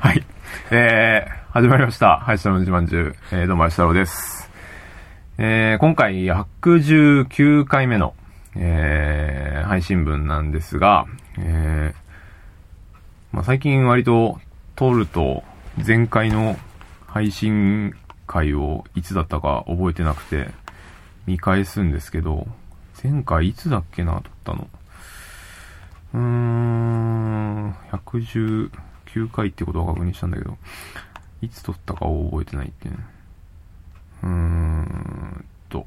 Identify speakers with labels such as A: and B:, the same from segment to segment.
A: はい。えー、始まりました。林田の自慢中。えー、どうも、林太郎です。えー、今回、119回目の、えー、配信分なんですが、えー、まあ、最近割と、撮ると、前回の配信回をいつだったか覚えてなくて、見返すんですけど、前回いつだっけな、撮ったの。うーん、119回ってことは確認したんだけど、いつ撮ったかを覚えてないってね。うーんと、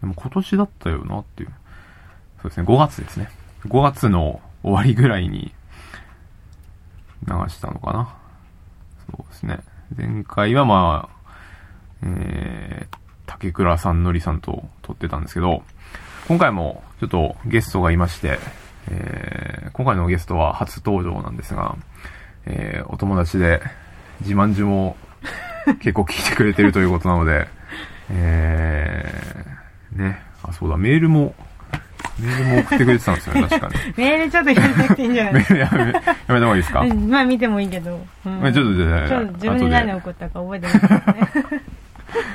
A: でも今年だったよなっていう。そうですね、5月ですね。5月の終わりぐらいに流したのかな。そうですね。前回はまあ、えー、竹倉さんのりさんと撮ってたんですけど、今回もちょっとゲストがいまして、えー今回のゲストは初登場なんですが、えーお友達で、自慢じも結構聞いてくれてるということなので、えーね、あ、そうだ、メールも、メールも送ってくれてたんですよね、確かに。
B: メールちょっと読んなくていいんじゃな
A: メ
B: い
A: ール やめ、やめた方がいいですか、
B: うんまあ見てもいいけど。うん
A: まあちょっとじゃあ
B: ちょっと自分に何
A: 後
B: 起こったか覚えてないからね。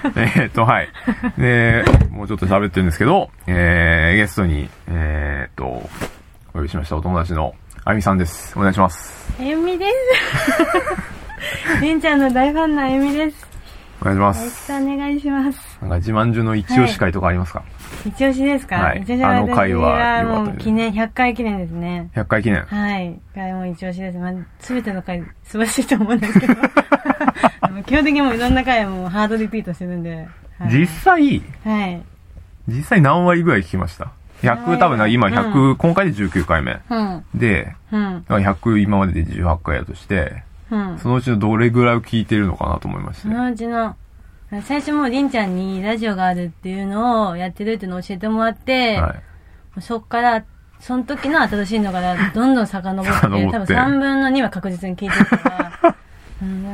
A: えーっと、はい。で、もうちょっと喋ってるんですけど、えー、ゲストに、えーっと、お呼びしましたお友達のあゆみさんです。お願いします。
B: あゆ みです。りんちゃんの大ファンのあゆみです。よ
A: お願いしま
B: ろし
A: す。
B: くお願いします。
A: なんか自慢中の一押し会とかありますか、
B: 一押しですか、
A: はい
B: 一押しは
A: あの回は
B: 私が
A: 良かった
B: も
A: で
B: う
A: す
B: 記念、100回記念ですね。
A: ?100 回記念。
B: はい。回も一押しです。まあ、すべての回素晴らしいと思うんです けど。あの基本的にもういろんな回もうハードリピートしてるんで。はい
A: 実際、
B: はい。
A: 実際何割ぐらい聞きました
B: は
A: ?100、
B: い
A: 多分な、今100、
B: う
A: 今回で19回目。
B: うん。
A: で、
B: うん。
A: だから100今までで18回やとして、
B: うん。
A: そのうちのどれぐらいを聞いてるのかなと思いまし
B: そ
A: て。
B: のうちの、最初もうりんちゃんにラジオがあるっていうのをやってるっていうのを教えてもらって、
A: はい。
B: そっから、その時の新しいのからどんどん遡って、
A: 遡って
B: 多分3分の2は確実に聞いてるから、 うん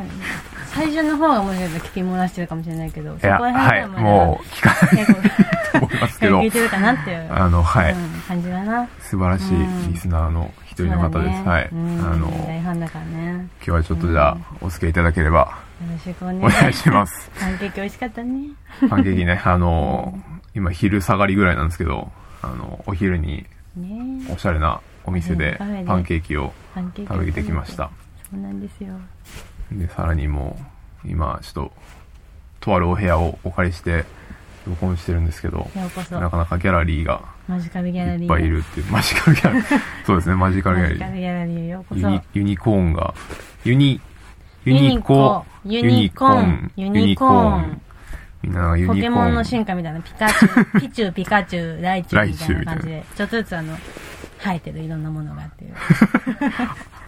B: 最初の方がもしかしたら聞き漏らしてるかもしれないけど、そ
A: い
B: こ
A: や、
B: ら
A: は
B: 辺
A: い。
B: はまだ
A: もう聞かない
B: 結構、
A: と思います けど
B: 聞、いてるかなっていう、
A: あの、 はい。
B: うん感じだな。
A: 素晴らしいリスナーの一人の方です。
B: そうだね
A: はい。あ
B: うん
A: の、
B: 大
A: 今
B: ファンだからね。よ
A: 日はちょっとじゃあ、お付き合いいただければ、
B: ろしくお願い
A: お願いし ます。
B: パンケーキ美味しかったね。
A: パンケーキね、あの、今昼下がりぐらいなんですけど、あの、お昼に
B: ね
A: おしゃれなお店で
B: カフェで
A: パンケーキを
B: パンケーキ。
A: 食べてきました。。
B: そうなんですよ。
A: で、さらにもう、今、ちょっと、とあるお部屋をお借りして、録音してるんですけど、
B: ようこそ
A: なかなかギャラリーが
B: マジカルギャラリー。
A: いっぱいいるっていう、マジカルギャラリー。そうですね、マジカルギ
B: マ
A: ャラ
B: ジ
A: リ
B: カ
A: ー
B: ル。ギャラリーへようこ
A: ユニ
B: そ。
A: ユニコーンが、ユニ、ユニコ、
B: ユニコーン
A: ユ
B: ユ
A: ニ
B: ニ
A: コ
B: コ
A: ー
B: ーン
A: ン。みんながユニコ
B: ポ
A: ーン。
B: ケモンの進化みたいな、ピカチ ュウ、ピチュウ、ピカチュウ、ライチュウみたいな感じ
A: ラ
B: で、ちょっとずつあの、生えてるいろんなものが っていう。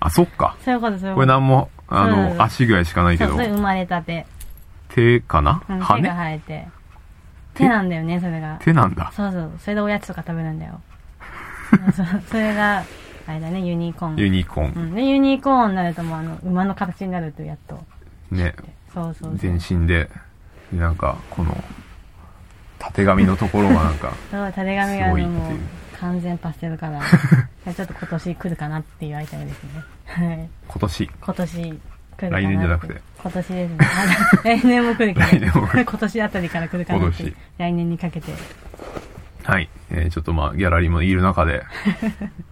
A: あ、そっか。
B: そういうこと、そういう
A: こ
B: こ
A: れ
B: と。
A: なんも、あ
B: う
A: の、
B: ん
A: 足ぐらいしかないけ
B: そう、
A: ど
B: そ、れ生まれたて。
A: 手かな
B: うん手が
A: 羽
B: 生えて。手なんだよね、それが。
A: 手なんだ。
B: そうそう、それでおやつとか食べるん だよ。そうそれが、あれだね、ユニコ
A: ユ
B: ーン。
A: ニコー
B: う
A: ン。
B: ん。で、ユニコーンになるともうあの、馬の形になるとやっと。
A: ね。
B: そうそうそう
A: 全。身で、でなんか、この、縦紙のところがなんか、
B: そう、たてがみがあ
A: すごいっ
B: の、
A: ていう
B: もう、完全パステルカ ラー。ちょっと今年来るかなっていうアイテムですね。はい。
A: 今年、
B: 今年来るかな。
A: 来年じゃなくて。
B: 今年ですね。 あ来年も来るけど。
A: 来年も来る
B: 今年あたりから来るかなって
A: 今年。
B: 来年にかけて。
A: はい。えーちょっとまあ、ギャラリーもいる中 で、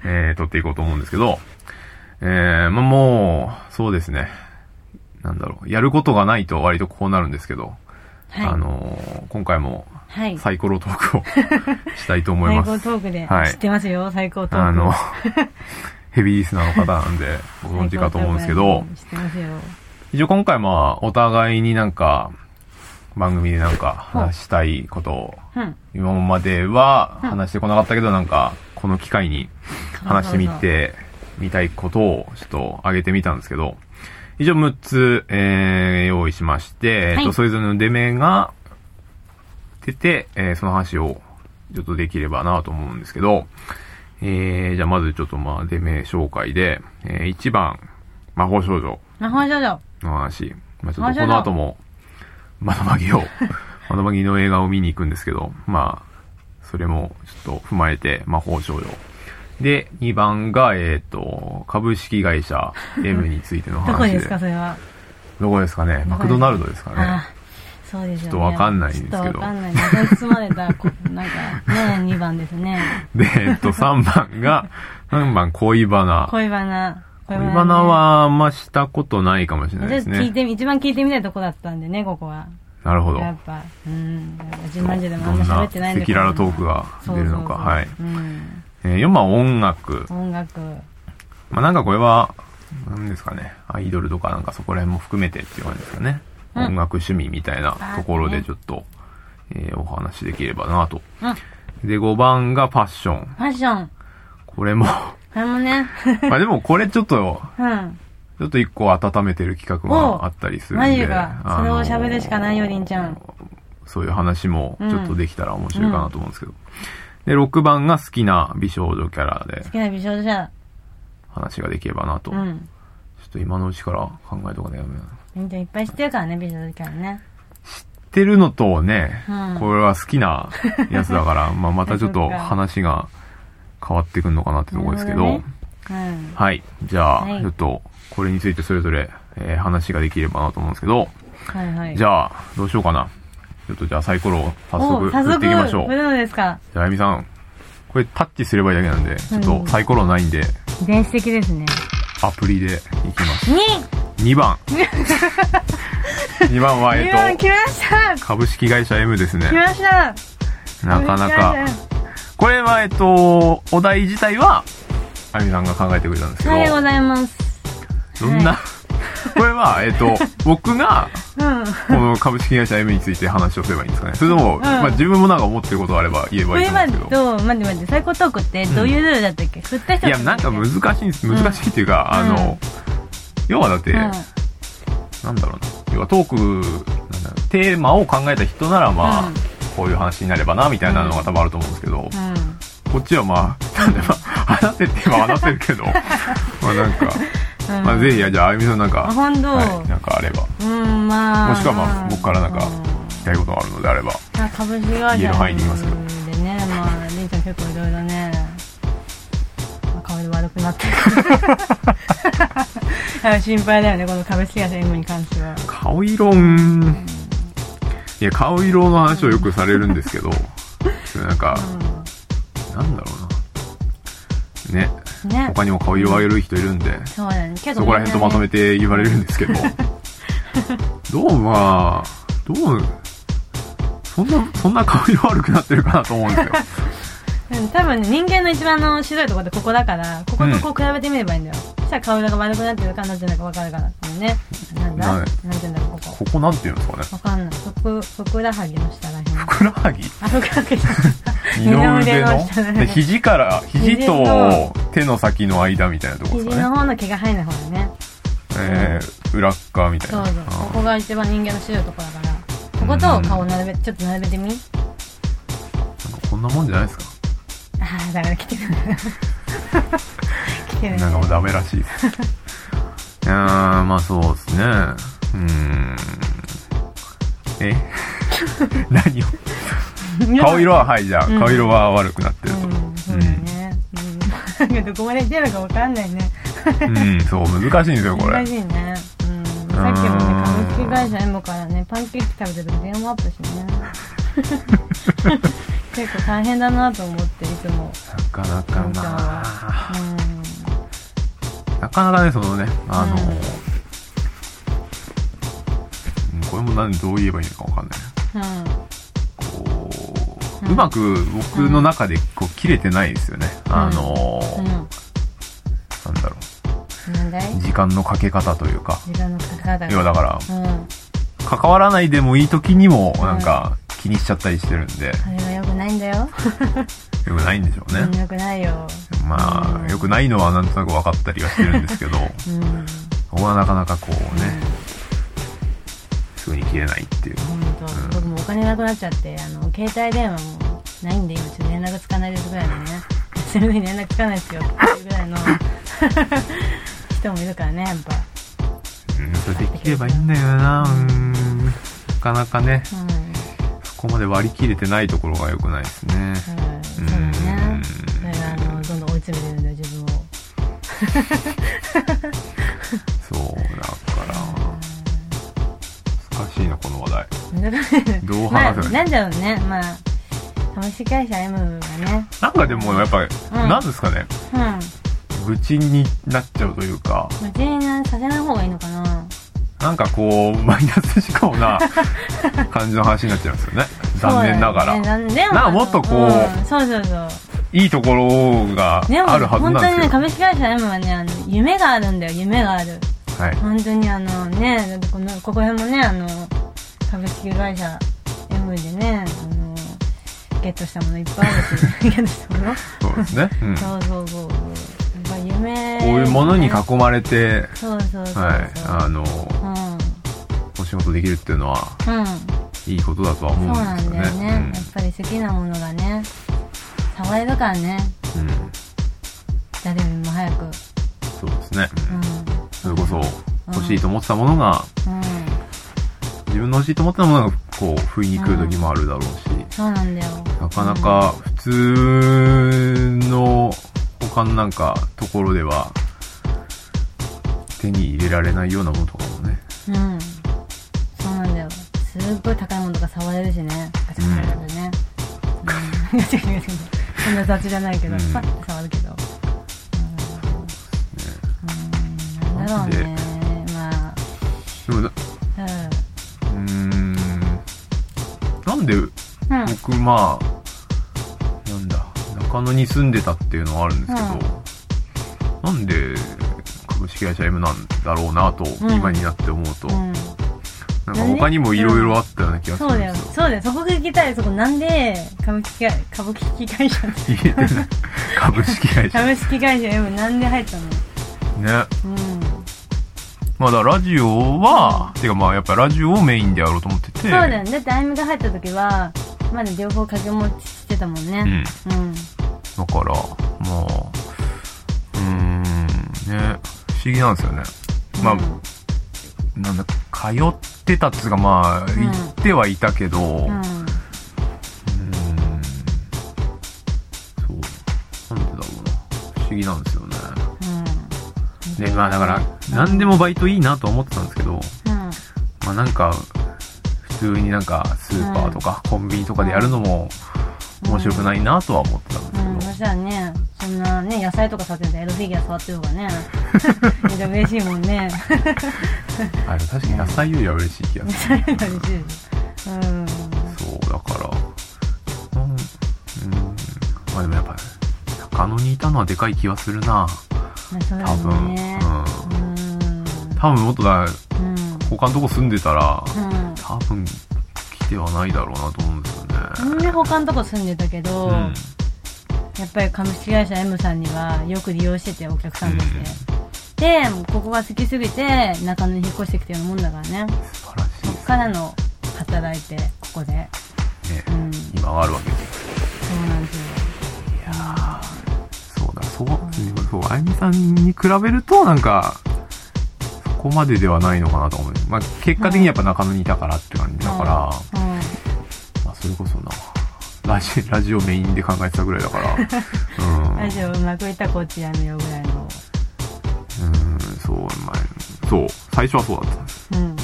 A: えー撮っていこうと思うんですけど、えーまあもう、そうですね。なんだろう。やることがないと割とこうなるんですけど、
B: はい。
A: あのー今回も
B: はい。
A: サイコロトーク をしたいと思い
B: 最
A: ま
B: 高
A: す。
B: トークで。
A: はい
B: 知ってますよ、最高トーク。
A: あの、ヘビーリスナーの方なん で、ご存知かと思うんですけど、
B: 知ってますよ。
A: 一応今回まあ、お互いになんか、番組でなんか話したいことを、
B: うん。
A: 今までは話してこなかったけど、なんか、この機会 に話してみて、みたいことをちょっと挙げてみたんですけど、以上6つ、えー、用意しまして、えっ
B: は
A: と、
B: い
A: それぞれの出目が出て、えーその話をちょっとできればなと思うんですけど、えー、じゃあまずちょっとまあ、出目紹介で、えー、1番、魔法少女
B: 魔法少女。
A: の話。まあちょっとこの後も、窓マギ を、窓マギの映画を見に行くんですけど、まあ、それもちょっと踏まえて、魔法少女。で、2番が、えっ、と、株式会社 M についての話で。
B: どこですか、それは。
A: どこですかね。マクドナルドですかね
B: あ。ーそうですよね。
A: ちょっとわかんないんですけど
B: ちょっとわかんない。謎に包まれた、こなんか、ね、2番ですね。
A: で、えっ、と、3番が、3番恋バナ。
B: 恋バナ。
A: 恋
B: ね
A: バナ、はあんましたことないかもしれない
B: ちょ
A: で
B: っ
A: す
B: と聞い
A: ね。
B: てみ、一番聞いてみたいとこだったんでね、ここは。
A: なるほど。
B: やっぱ、うん。やっぱ自慢じでも
A: ど
B: あん
A: ん
B: ま喋
A: な
B: ってないん
A: 赤
B: で。
A: 裸々トークが
B: そう
A: 出
B: そう
A: る
B: そう
A: のか。はい。
B: うん。
A: えー、4番音楽。
B: 音楽。
A: まあなんかこれは、なんですかね。アイドルとかなんかそこら辺も含めてっていう感じですかね。
B: うん
A: 音楽趣味みたいなところ
B: あー
A: で
B: ね
A: ちょっと、えーお話できればなと。
B: うん。フ
A: で、5番がファッション。
B: ァッション。
A: こ れも、
B: これもね。
A: まあでもこれちょっと、
B: うん。
A: ちょっと一個温めてる企画があったりするん
B: マジ
A: で。
B: か。
A: あ
B: それを
A: の
B: 喋るしかないよ、りんちゃん。
A: そういう話もちょっとできたら面白いかなと思うんですけど。で、6番が好きな美少女キャラで
B: 好きな美少女じゃ。
A: 話ができればなと。
B: う
A: ちょ
B: ん。
A: っと今のうちから考えとかねやめな。
B: りんちゃんいっぱい知ってるからね、美少女キャラね。
A: 知ってるのとね、
B: うん
A: これは好き なやつだから、まあまたちょっと話が変わってくんのかなってとこですけ
B: なる
A: ど
B: ほ。どねうん。
A: はい。じゃあ、
B: はい
A: ちょっと、これについてそれぞれ、えー話ができればなと思うんですけど、
B: はいはい。
A: じゃあ、どうしようかな。ちょっとじゃあサイコロを早
B: お
A: 速
B: 早
A: 振
B: 速
A: っていきましょう。
B: 振るのですか。
A: じゃあ、あゆみさん、これタッチすればいいだけなんで、ちょっとサイコロないんで、
B: 電子的ですね。
A: アプリでいきます。
B: に
A: 2番。2番は、
B: 二
A: え
B: 番
A: っと、
B: 来ました
A: 株式会社 M ですね
B: 来。ました
A: なかなか。
B: 来
A: これは、えっと、お題自体は、あゆみさんが考えてくれたんです
B: ましたはい、ご
A: け
B: ざいます。
A: ど、どんな、 これは、えっ と、僕が、
B: うん。
A: この株式会社 M について話をすればいいんですかね。それとも、まあ自分もなんか思ってることがあれば言え
B: こ
A: ばいい
B: れ
A: と思う
B: は
A: んですけど。
B: どう、待って待って、最高トークってどういうルールだったっけ振った人
A: いや、なんか難
B: し
A: しいんです、難しいっていうか、
B: うん
A: あの、要はだって、
B: い
A: なんだろうな、要はトーク、なんだろうテーマを考えた人ならまあ、
B: うん
A: こういう話になればな、みたいなのが多分あると思うんですけど、
B: うん。
A: こっちはまあ、 なんだろう話せって言えば話せるけ ど、まあなんか、
B: うん。
A: まあぜひ、じゃあ、あゆみさんなんか、
B: あ本当
A: はい、なんかあれば、
B: うん、まあ。
A: もしくはまあ、僕からなんか、
B: う
A: 聞きたいことがあるのであれば、
B: まあ株式会社
A: 言える範囲で言いますけど
B: でね、ま あ、りんちゃん結構いろいろね、まあ、顔色悪く なってるから。心配だよね、この株式会社 M に関しては。
A: 顔色、うん、いや、顔色の話をよくされるんです けど、なんか、なんだろうな。ね。
B: うん。ね。
A: 他にも顔色悪い人いるんで、
B: そうだね。結構
A: そこら辺とまとめ
B: て。
A: て言われるんです けど、どうまあ、どう、そんな、そんな顔色悪くなってるかなと思うんですよ。
B: うん、多分ね、人間の一番の白いところってここだから、こことこう比べてみればいいんだよ。そしたら顔色が悪くなってるかなってるのか分かるから。このね。なんだ、
A: はい
B: なんて言うんだろう、ここ。
A: ここなんていうんですかね。
B: わかんない。ふく、ふくらはぎの下らへん。
A: ふくらはぎ
B: あ、ふくらはぎの
A: 二の腕の
B: 下らへん
A: で肘から、肘と手の先の間みたいなところです
B: 肘
A: かね。
B: の方の毛が生えない方だね
A: えー、裏っ側みたい
B: そ
A: な。
B: うそうここが一番人間の白いとこだからここと顔を並べちょっと並べてみ
A: あーなんかこんなもんじゃないですか。
B: ああだから 来てる来てるね
A: なんかもうダメら しいです。うーん、まあそうですね。うーん。 え何を顔色は、はい、じゃあ、
B: うん
A: 顔色は悪くなって
B: う
A: ると。
B: んそうだねうんなんか どこまでいってるのかわかんないね
A: うん、そう、難しいんですよ、これ
B: 難。しいねうんさっきもね株式会社 M からねパンケーキ食べてると電話アップしてね結構大変だなと思っていつも
A: なかなか
B: りんちゃん
A: な
B: うん
A: なかなかね、そのね、あの、うんこれもなんどう言えばいいのかわかんない。
B: うん
A: こう、
B: うん
A: うまく僕の中で、こう、切れてないですよね。あの、
B: う
A: なんだろ、
B: んなんだいう
A: 時間のかけ方というか。
B: 時間のかかだ
A: 要はだから、
B: うん
A: 関わらないでもいい時にも、なんか、気にしちゃったりしてるんで、
B: それは良くないんだよ。
A: よくないんでしょう
B: うん
A: ね。
B: 良くないよ。
A: ま
B: う
A: あ、
B: ん
A: よくないのはなんとなく分かったりはしてるんですけど、
B: うん。本
A: ここはなかなかこうね、すぐに切れないっていう。
B: 当、僕もお金なくなっちゃって、あの、携帯電話もないんで、今ちょっと連絡つかないですぐらいのね。 それで連絡つかないですよっていうぐらいの 人もいるからね、やっぱ。
A: うん、それできればいいんだよな、うん。なかなかね、
B: うん。
A: そこまで割り切れてないところが良くないですね。
B: うんそうだね。だから、あの、どんどん追い詰めてるんだよ自分を
A: そう、だから、難しいな、この話題。
B: うんだから
A: どう
B: まあ
A: 話せばいい
B: なんだろうねまあ株式会社 M がね
A: なんかでも、やっぱり、
B: うん
A: なんですかね、
B: う
A: 愚痴になっちゃうというか、
B: ん無事になさせない方がいいのかな
A: なんかこう、マイナス思考 な感じの話になっちゃいますよね。残念ながら。
B: そうだよね残念
A: なあもっとこう
B: うんそうそうそう
A: いいところが
B: でも
A: あるはず
B: 本当
A: なんで
B: にね
A: すよ。
B: 株式会社 M はねあの夢があるんだよ夢がある
A: はい。
B: 本当にあのねだってこのここ辺もねあの株式会社 M でねあのゲットしたものいっぱいあるしゲットしたもの
A: そうですね。うん。こ
B: そうそうそうやっぱ夢
A: ういうものに囲まれて、
B: そうそうそうそう、
A: はい、あの、
B: う
A: お仕事できるっていうのは、
B: んうん
A: いいことだとは
B: そう
A: 思うん
B: な
A: です
B: ん
A: よ
B: だ
A: ね。
B: よね、やっぱり好きなものがね触れるからね
A: うん。うん
B: 誰よりも早く
A: そうですね。
B: う
A: うんんそれこそ、欲しいと思ってたものが、
B: うん
A: 自分の欲しいと思ってたものが、こう、不意に来る時もあるだろうし、
B: そうなんだよ
A: なかなか普通の他のなんかところでは、手に入れられないようなものとかもね、
B: うん、うん、そうなんだよすっごい高いものとか触れるしねガチャガチャガチャね、うん、 ガチャガチャガチャそんな雑じゃないけど、
A: うん
B: パッと触るけどうん、うん、なんだろうねまあ
A: でもなうーんなんで
B: うんうん
A: 僕まあなんだ中野に住んでたっていうのはあるんですけど、なんで株式会社 M なんだろうなと、
B: ん
A: 今になって思うと、
B: うん
A: なんか他にもいろいろあったような気がす
B: そ
A: る
B: うん
A: で
B: だよ
A: すよ。
B: そうだよそこが聞きたいそこなんで株式会株式会 社
A: 言えてない株式会社ね。
B: 株式会社 M なんで入ったのうん
A: まあだからラジオは、てかまあやっぱラジオをメインでやろうと思ってて。
B: そうだよねだってあゆみが入った時はまだ両方掛け持ちしてたもん
A: う
B: ね
A: ん。
B: うん
A: だから、まあ、うーん、ね、不思議なんですよね。まあ、
B: う
A: なんだ、通ってたっつうか、まあ、
B: ん
A: 行ってはいたけど、うーん、
B: んうん
A: そう、なんでだろうな。不思議なんですよね。
B: うん
A: で、まあだから、何でもバイトいいなとは思ってたんですけど、
B: うん
A: まあなんか、普通になんか、スーパーとか、コンビニとかでやるのも、面白くないなとは思ってたんで
B: う
A: す
B: んそ
A: けど、
B: したらねそんなね野菜とか買ってたらエロフィギュア触ってる方がねめっちゃ嬉しいもんね
A: あでも確かに野菜よりは嬉しい気が
B: めっ
A: す
B: ちゃ嬉しいですうん
A: る。そう、だから、うん、うん、まあでもやっぱ、中野にいたのはでかい気はするな。
B: まあそうだ
A: 多分、
B: よね
A: うん。
B: うん
A: 多分もっとだ、
B: うん
A: 他のとこ住んでたら、
B: うん
A: 多分来てはないだろうなと思うんですよね。
B: みんな他のとこ住んでたけど、
A: うん。
B: やっぱり株式会社 M さんにはよく利用しててお客さんとして、でもうここが好きすぎて中野に引っ越してきてるもんだからね
A: 素晴らしいです
B: からの働いてここで
A: ね
B: う。ん
A: 今があるわけです。
B: そうなんですよ
A: そうだ、そう、そう、あゆみさんに比べると、なんか、そこまでではないのかなと思う。まあ、結果的にやっぱ中野にいたからって感じだから、
B: うん
A: まあ、それこそな、ラジ、ラジオメインで考えてたぐらいだ から、うん。
B: ラジオうまくいったらこっちやめようぐらいの
A: うん、そう、まあ、そう、最初はそうだったんです。
B: うんうん
A: で、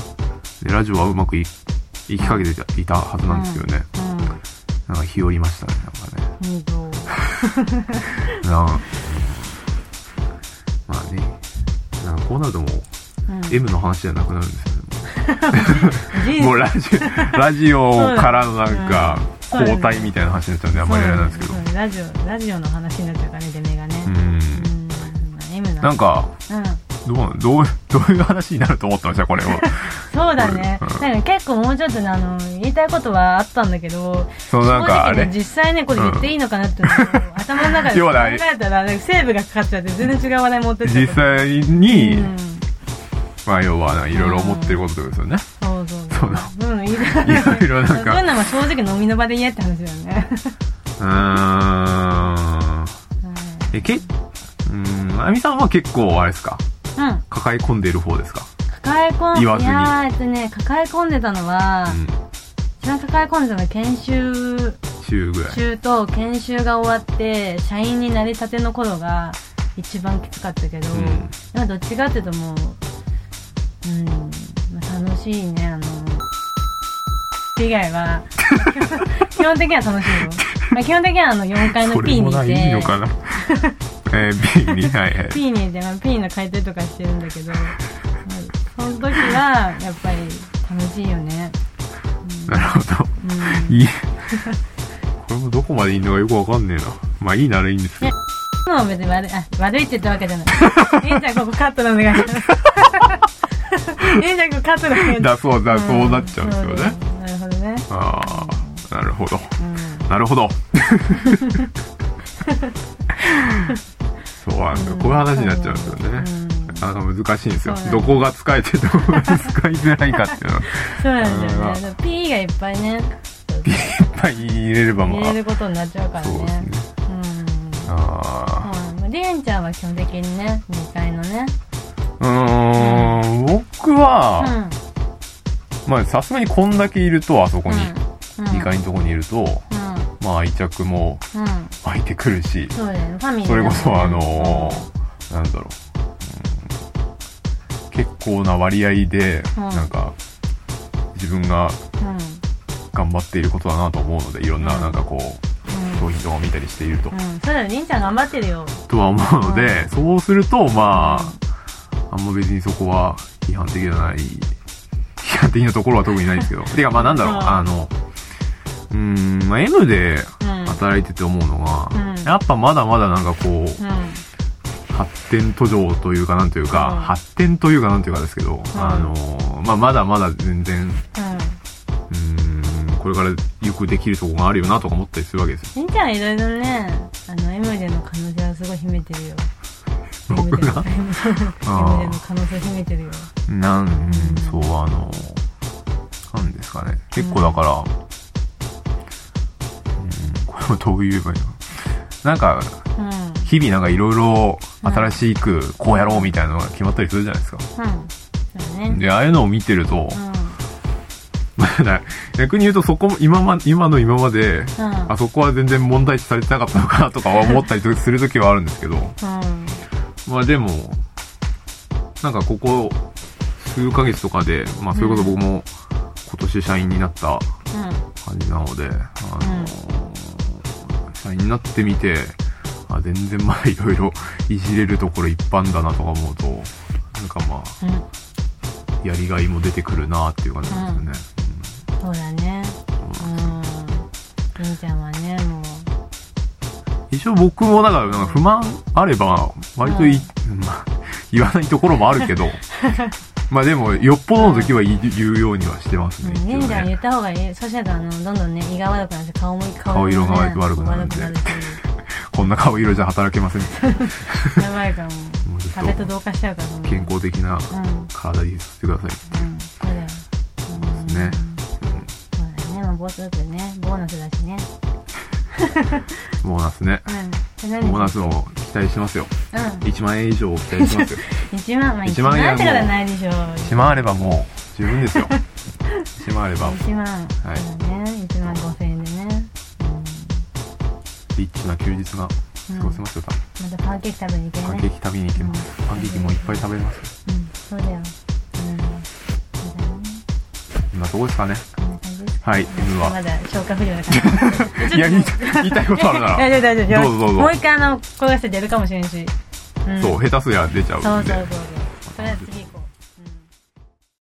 A: ラジオはうまくい、いきかけていたはずなんですけどね。なんか日和りましたね、なんかね。
B: うんそう
A: なんかまあね、なんかこうなるともう、
B: うん
A: M の話じゃなくなるんですよね。
B: 人
A: もう
B: 生
A: ラジオ、ラジオからのなんか、
B: そうだね
A: 交代みたいな話になっちゃうんで、あんまりあれなんですけど
B: そう。だねラジオラジオの話になっちゃうからね出目がね
A: うん。
B: うんまあ M の
A: なんか、
B: うん
A: どうな、どう、どういう話になると思ってました、これ は。
B: そうだね。
A: うん
B: なんか結構もうちょっとね、あの、言いたいことはあったんだけど、
A: そのなんか、あ
B: 正直
A: れ
B: ね、。実際ね、これ言っていいのかなって、頭の中で
A: 要
B: 考
A: はない
B: えたら、なんかセーブがかかっちゃって、全然違う話題持ってっちゃ
A: 実
B: った。
A: 際に、
B: うん。
A: まあ要は、いろいろ思ってることってことですよね。
B: そうそうそ
A: そううだ。
B: うん、言いたい。
A: いろいろなんか
B: そういうのは正直飲みの場で言えって話だよね。
A: うーん。え、け、うーん、あゆみさんは結構、あれですか
B: はいうん。
A: 抱え込んでる方ですか
B: 抱え込ん、い
A: 言わずに
B: やー、えっとね、抱え込んでたのは、
A: うん。
B: 一番抱え込んでたのは研修
A: 修週ぐらい。
B: 中と研修が終わって社員になりたての頃が一番きつかったけど、
A: うん
B: 今どっちかっていうともう、うんまあ、楽しいねあの以外は基本的には楽しいよ、まあ、基本的にはあの4階の
A: こ
B: P
A: れ
B: に
A: も
B: い
A: な
B: て
A: いいいのかな えー、B に、はいはい。
B: P にいて、まあ、P の買い取りとかしてるんだけど、まあその時はやっぱり楽しいよね、
A: なるほど。
B: うん
A: いい。 これもどこまでいいのかよくわかんねえな。まあいいならいいんですけど。
B: もう別に悪い、あ、悪いって言ったわけじゃない。 えいちゃんここカットでお願いします。えいちゃんここカットでお願いしま
A: だそうだ、そうなっちゃうんですよね。
B: なるほどね。
A: ああ、なるほど。
B: うん。
A: なるほど。そうなんですよ。こういう話になっちゃうんですよね。なかなか難しいんですよ
B: そう。なん
A: どこが使えてどこが使いづらいかっていうのは、いっ
B: そうなんだよね。だから P がいっぱいね、
A: ぱい入れればま
B: 入
A: あ
B: れ。ることになっちゃうからね。
A: そうですね。
B: うん。
A: あ
B: まあ、りえんちゃんは基本的にね、2階のね。
A: あ。うーん、僕
B: うん。う
A: は、
B: ん。
A: まあさすがにこんだけいると、あそこに、2階のとこにいると、
B: うん。
A: まあ愛着も
B: うん。
A: 湧いてくるし、
B: そうだよね。ファミリー
A: それこそあ
B: だも
A: の
B: んね
A: ー、なんだろう、うん結構な割合で、
B: うん
A: なんか、自分が
B: うん。うん。
A: 頑張っていることだなと思うので、いろんな
B: うん
A: なんかこう、商品とかを見たりしていると,、
B: うん。そうだよ、りえんちゃん頑張ってるよ。
A: とは思うので、そうすると、まあ、あんま別にそこは批判的じゃない、批判的なところは特にないんですけ ど、てかまあなんだろう、
B: うん
A: あの、うーん、まあ M で
B: うん。
A: 働いてて思うのが、
B: うん
A: やっぱまだまだなんかこう、
B: うん。
A: 発展途上というかなんというか、
B: うん
A: 発展というかなんというかですけど、あのまあ、まだまだ全然
B: うん。
A: うーんこれからよくできるとこがあるよなとか思ったりするわけですよ
B: しんちゃんいろいろね、あの、M での可能性はすごい秘めてるよ。
A: 僕が
B: M での
A: あー
B: M での可能性を秘めてるよ。
A: なんうんそうあのなんですかね結構だから、うーんこれもどう言えばいいのなんか
B: うん。うん。
A: 日々なんかいろいろ新しくこうやろうみたいなのが決まったりするじゃないですか、
B: そうだね。
A: でああいうのを見てると、
B: うん。
A: まあ逆に言うとそこも今ま今の今まで、
B: ん
A: あそこは全然問題視されてなかったのかなとかは思ったりする時はあるんですけど、
B: うん。
A: まあでも、なんかここ数ヶ月とかで、まあそれこそ僕も今年社員になった感じなので、あのー社員になってみて、あ全然まあいろいろいじれるところ一般だなとか思うと、なんかまあ、
B: うん。うん。
A: やりがいも出てくるなっていう感じなんですよね。
B: そうだね。うん。しんちゃんはね、もう。
A: 一応僕もだからなんか不満あれば割とい、まあ 言わないところもある けどまあでもよっぽどの時は言い言うようにはしてますね
B: うん。
A: 一
B: り
A: 応
B: んちゃん言
A: ね
B: った方がいい。そうしないと、あの、どんどんね、胃が悪くなって、顔も、
A: 顔色が
B: ね
A: 悪くなるんで
B: 悪くなるし
A: こんな顔色じゃ働けません
B: やばいかも。
A: もうちょ
B: 壁
A: っ
B: と
A: と
B: 同化しちゃうから、もう
A: 健康的な
B: うん。うん。
A: 体にさせてください
B: そうだよ。うん
A: ですね、
B: そうだね、まあ、ボーナスね、ボーナスだしね。
A: うん、ボーナスね
B: うん。
A: ボーナスも期待してますよ
B: う
A: 1万円以上を期待して ますよ
B: ん。一万、まあ、
A: 一
B: 一
A: 万
B: 万
A: 円はも
B: な
A: う
B: んてことはないでしょう。
A: 1万あればもう十分です よ1万あれば
B: 一
A: は
B: 万。
A: い
B: そうだね、一万五千円でね。
A: リッチな休日が過ごせますよ多分
B: うん。またパンケーキ食べに行け
A: パ
B: る
A: ンケー
B: ね。
A: キ食べに行きますパンケーキもいっぱい食べれますよ
B: うん、そうだよ。うん。そうだね。
A: こんなとこですかね
B: こんな感じですか。
A: はい M は
B: まだ消化不良 だから。
A: いや、言いたい言いたいことあるな
B: 大丈夫、大丈夫。
A: どうぞどうぞ
B: もう一回、あの、声がして出るかもしれんし。うん
A: そう、下手すりゃ出ちゃ
B: そううん
A: で
B: そうそうそう。それは次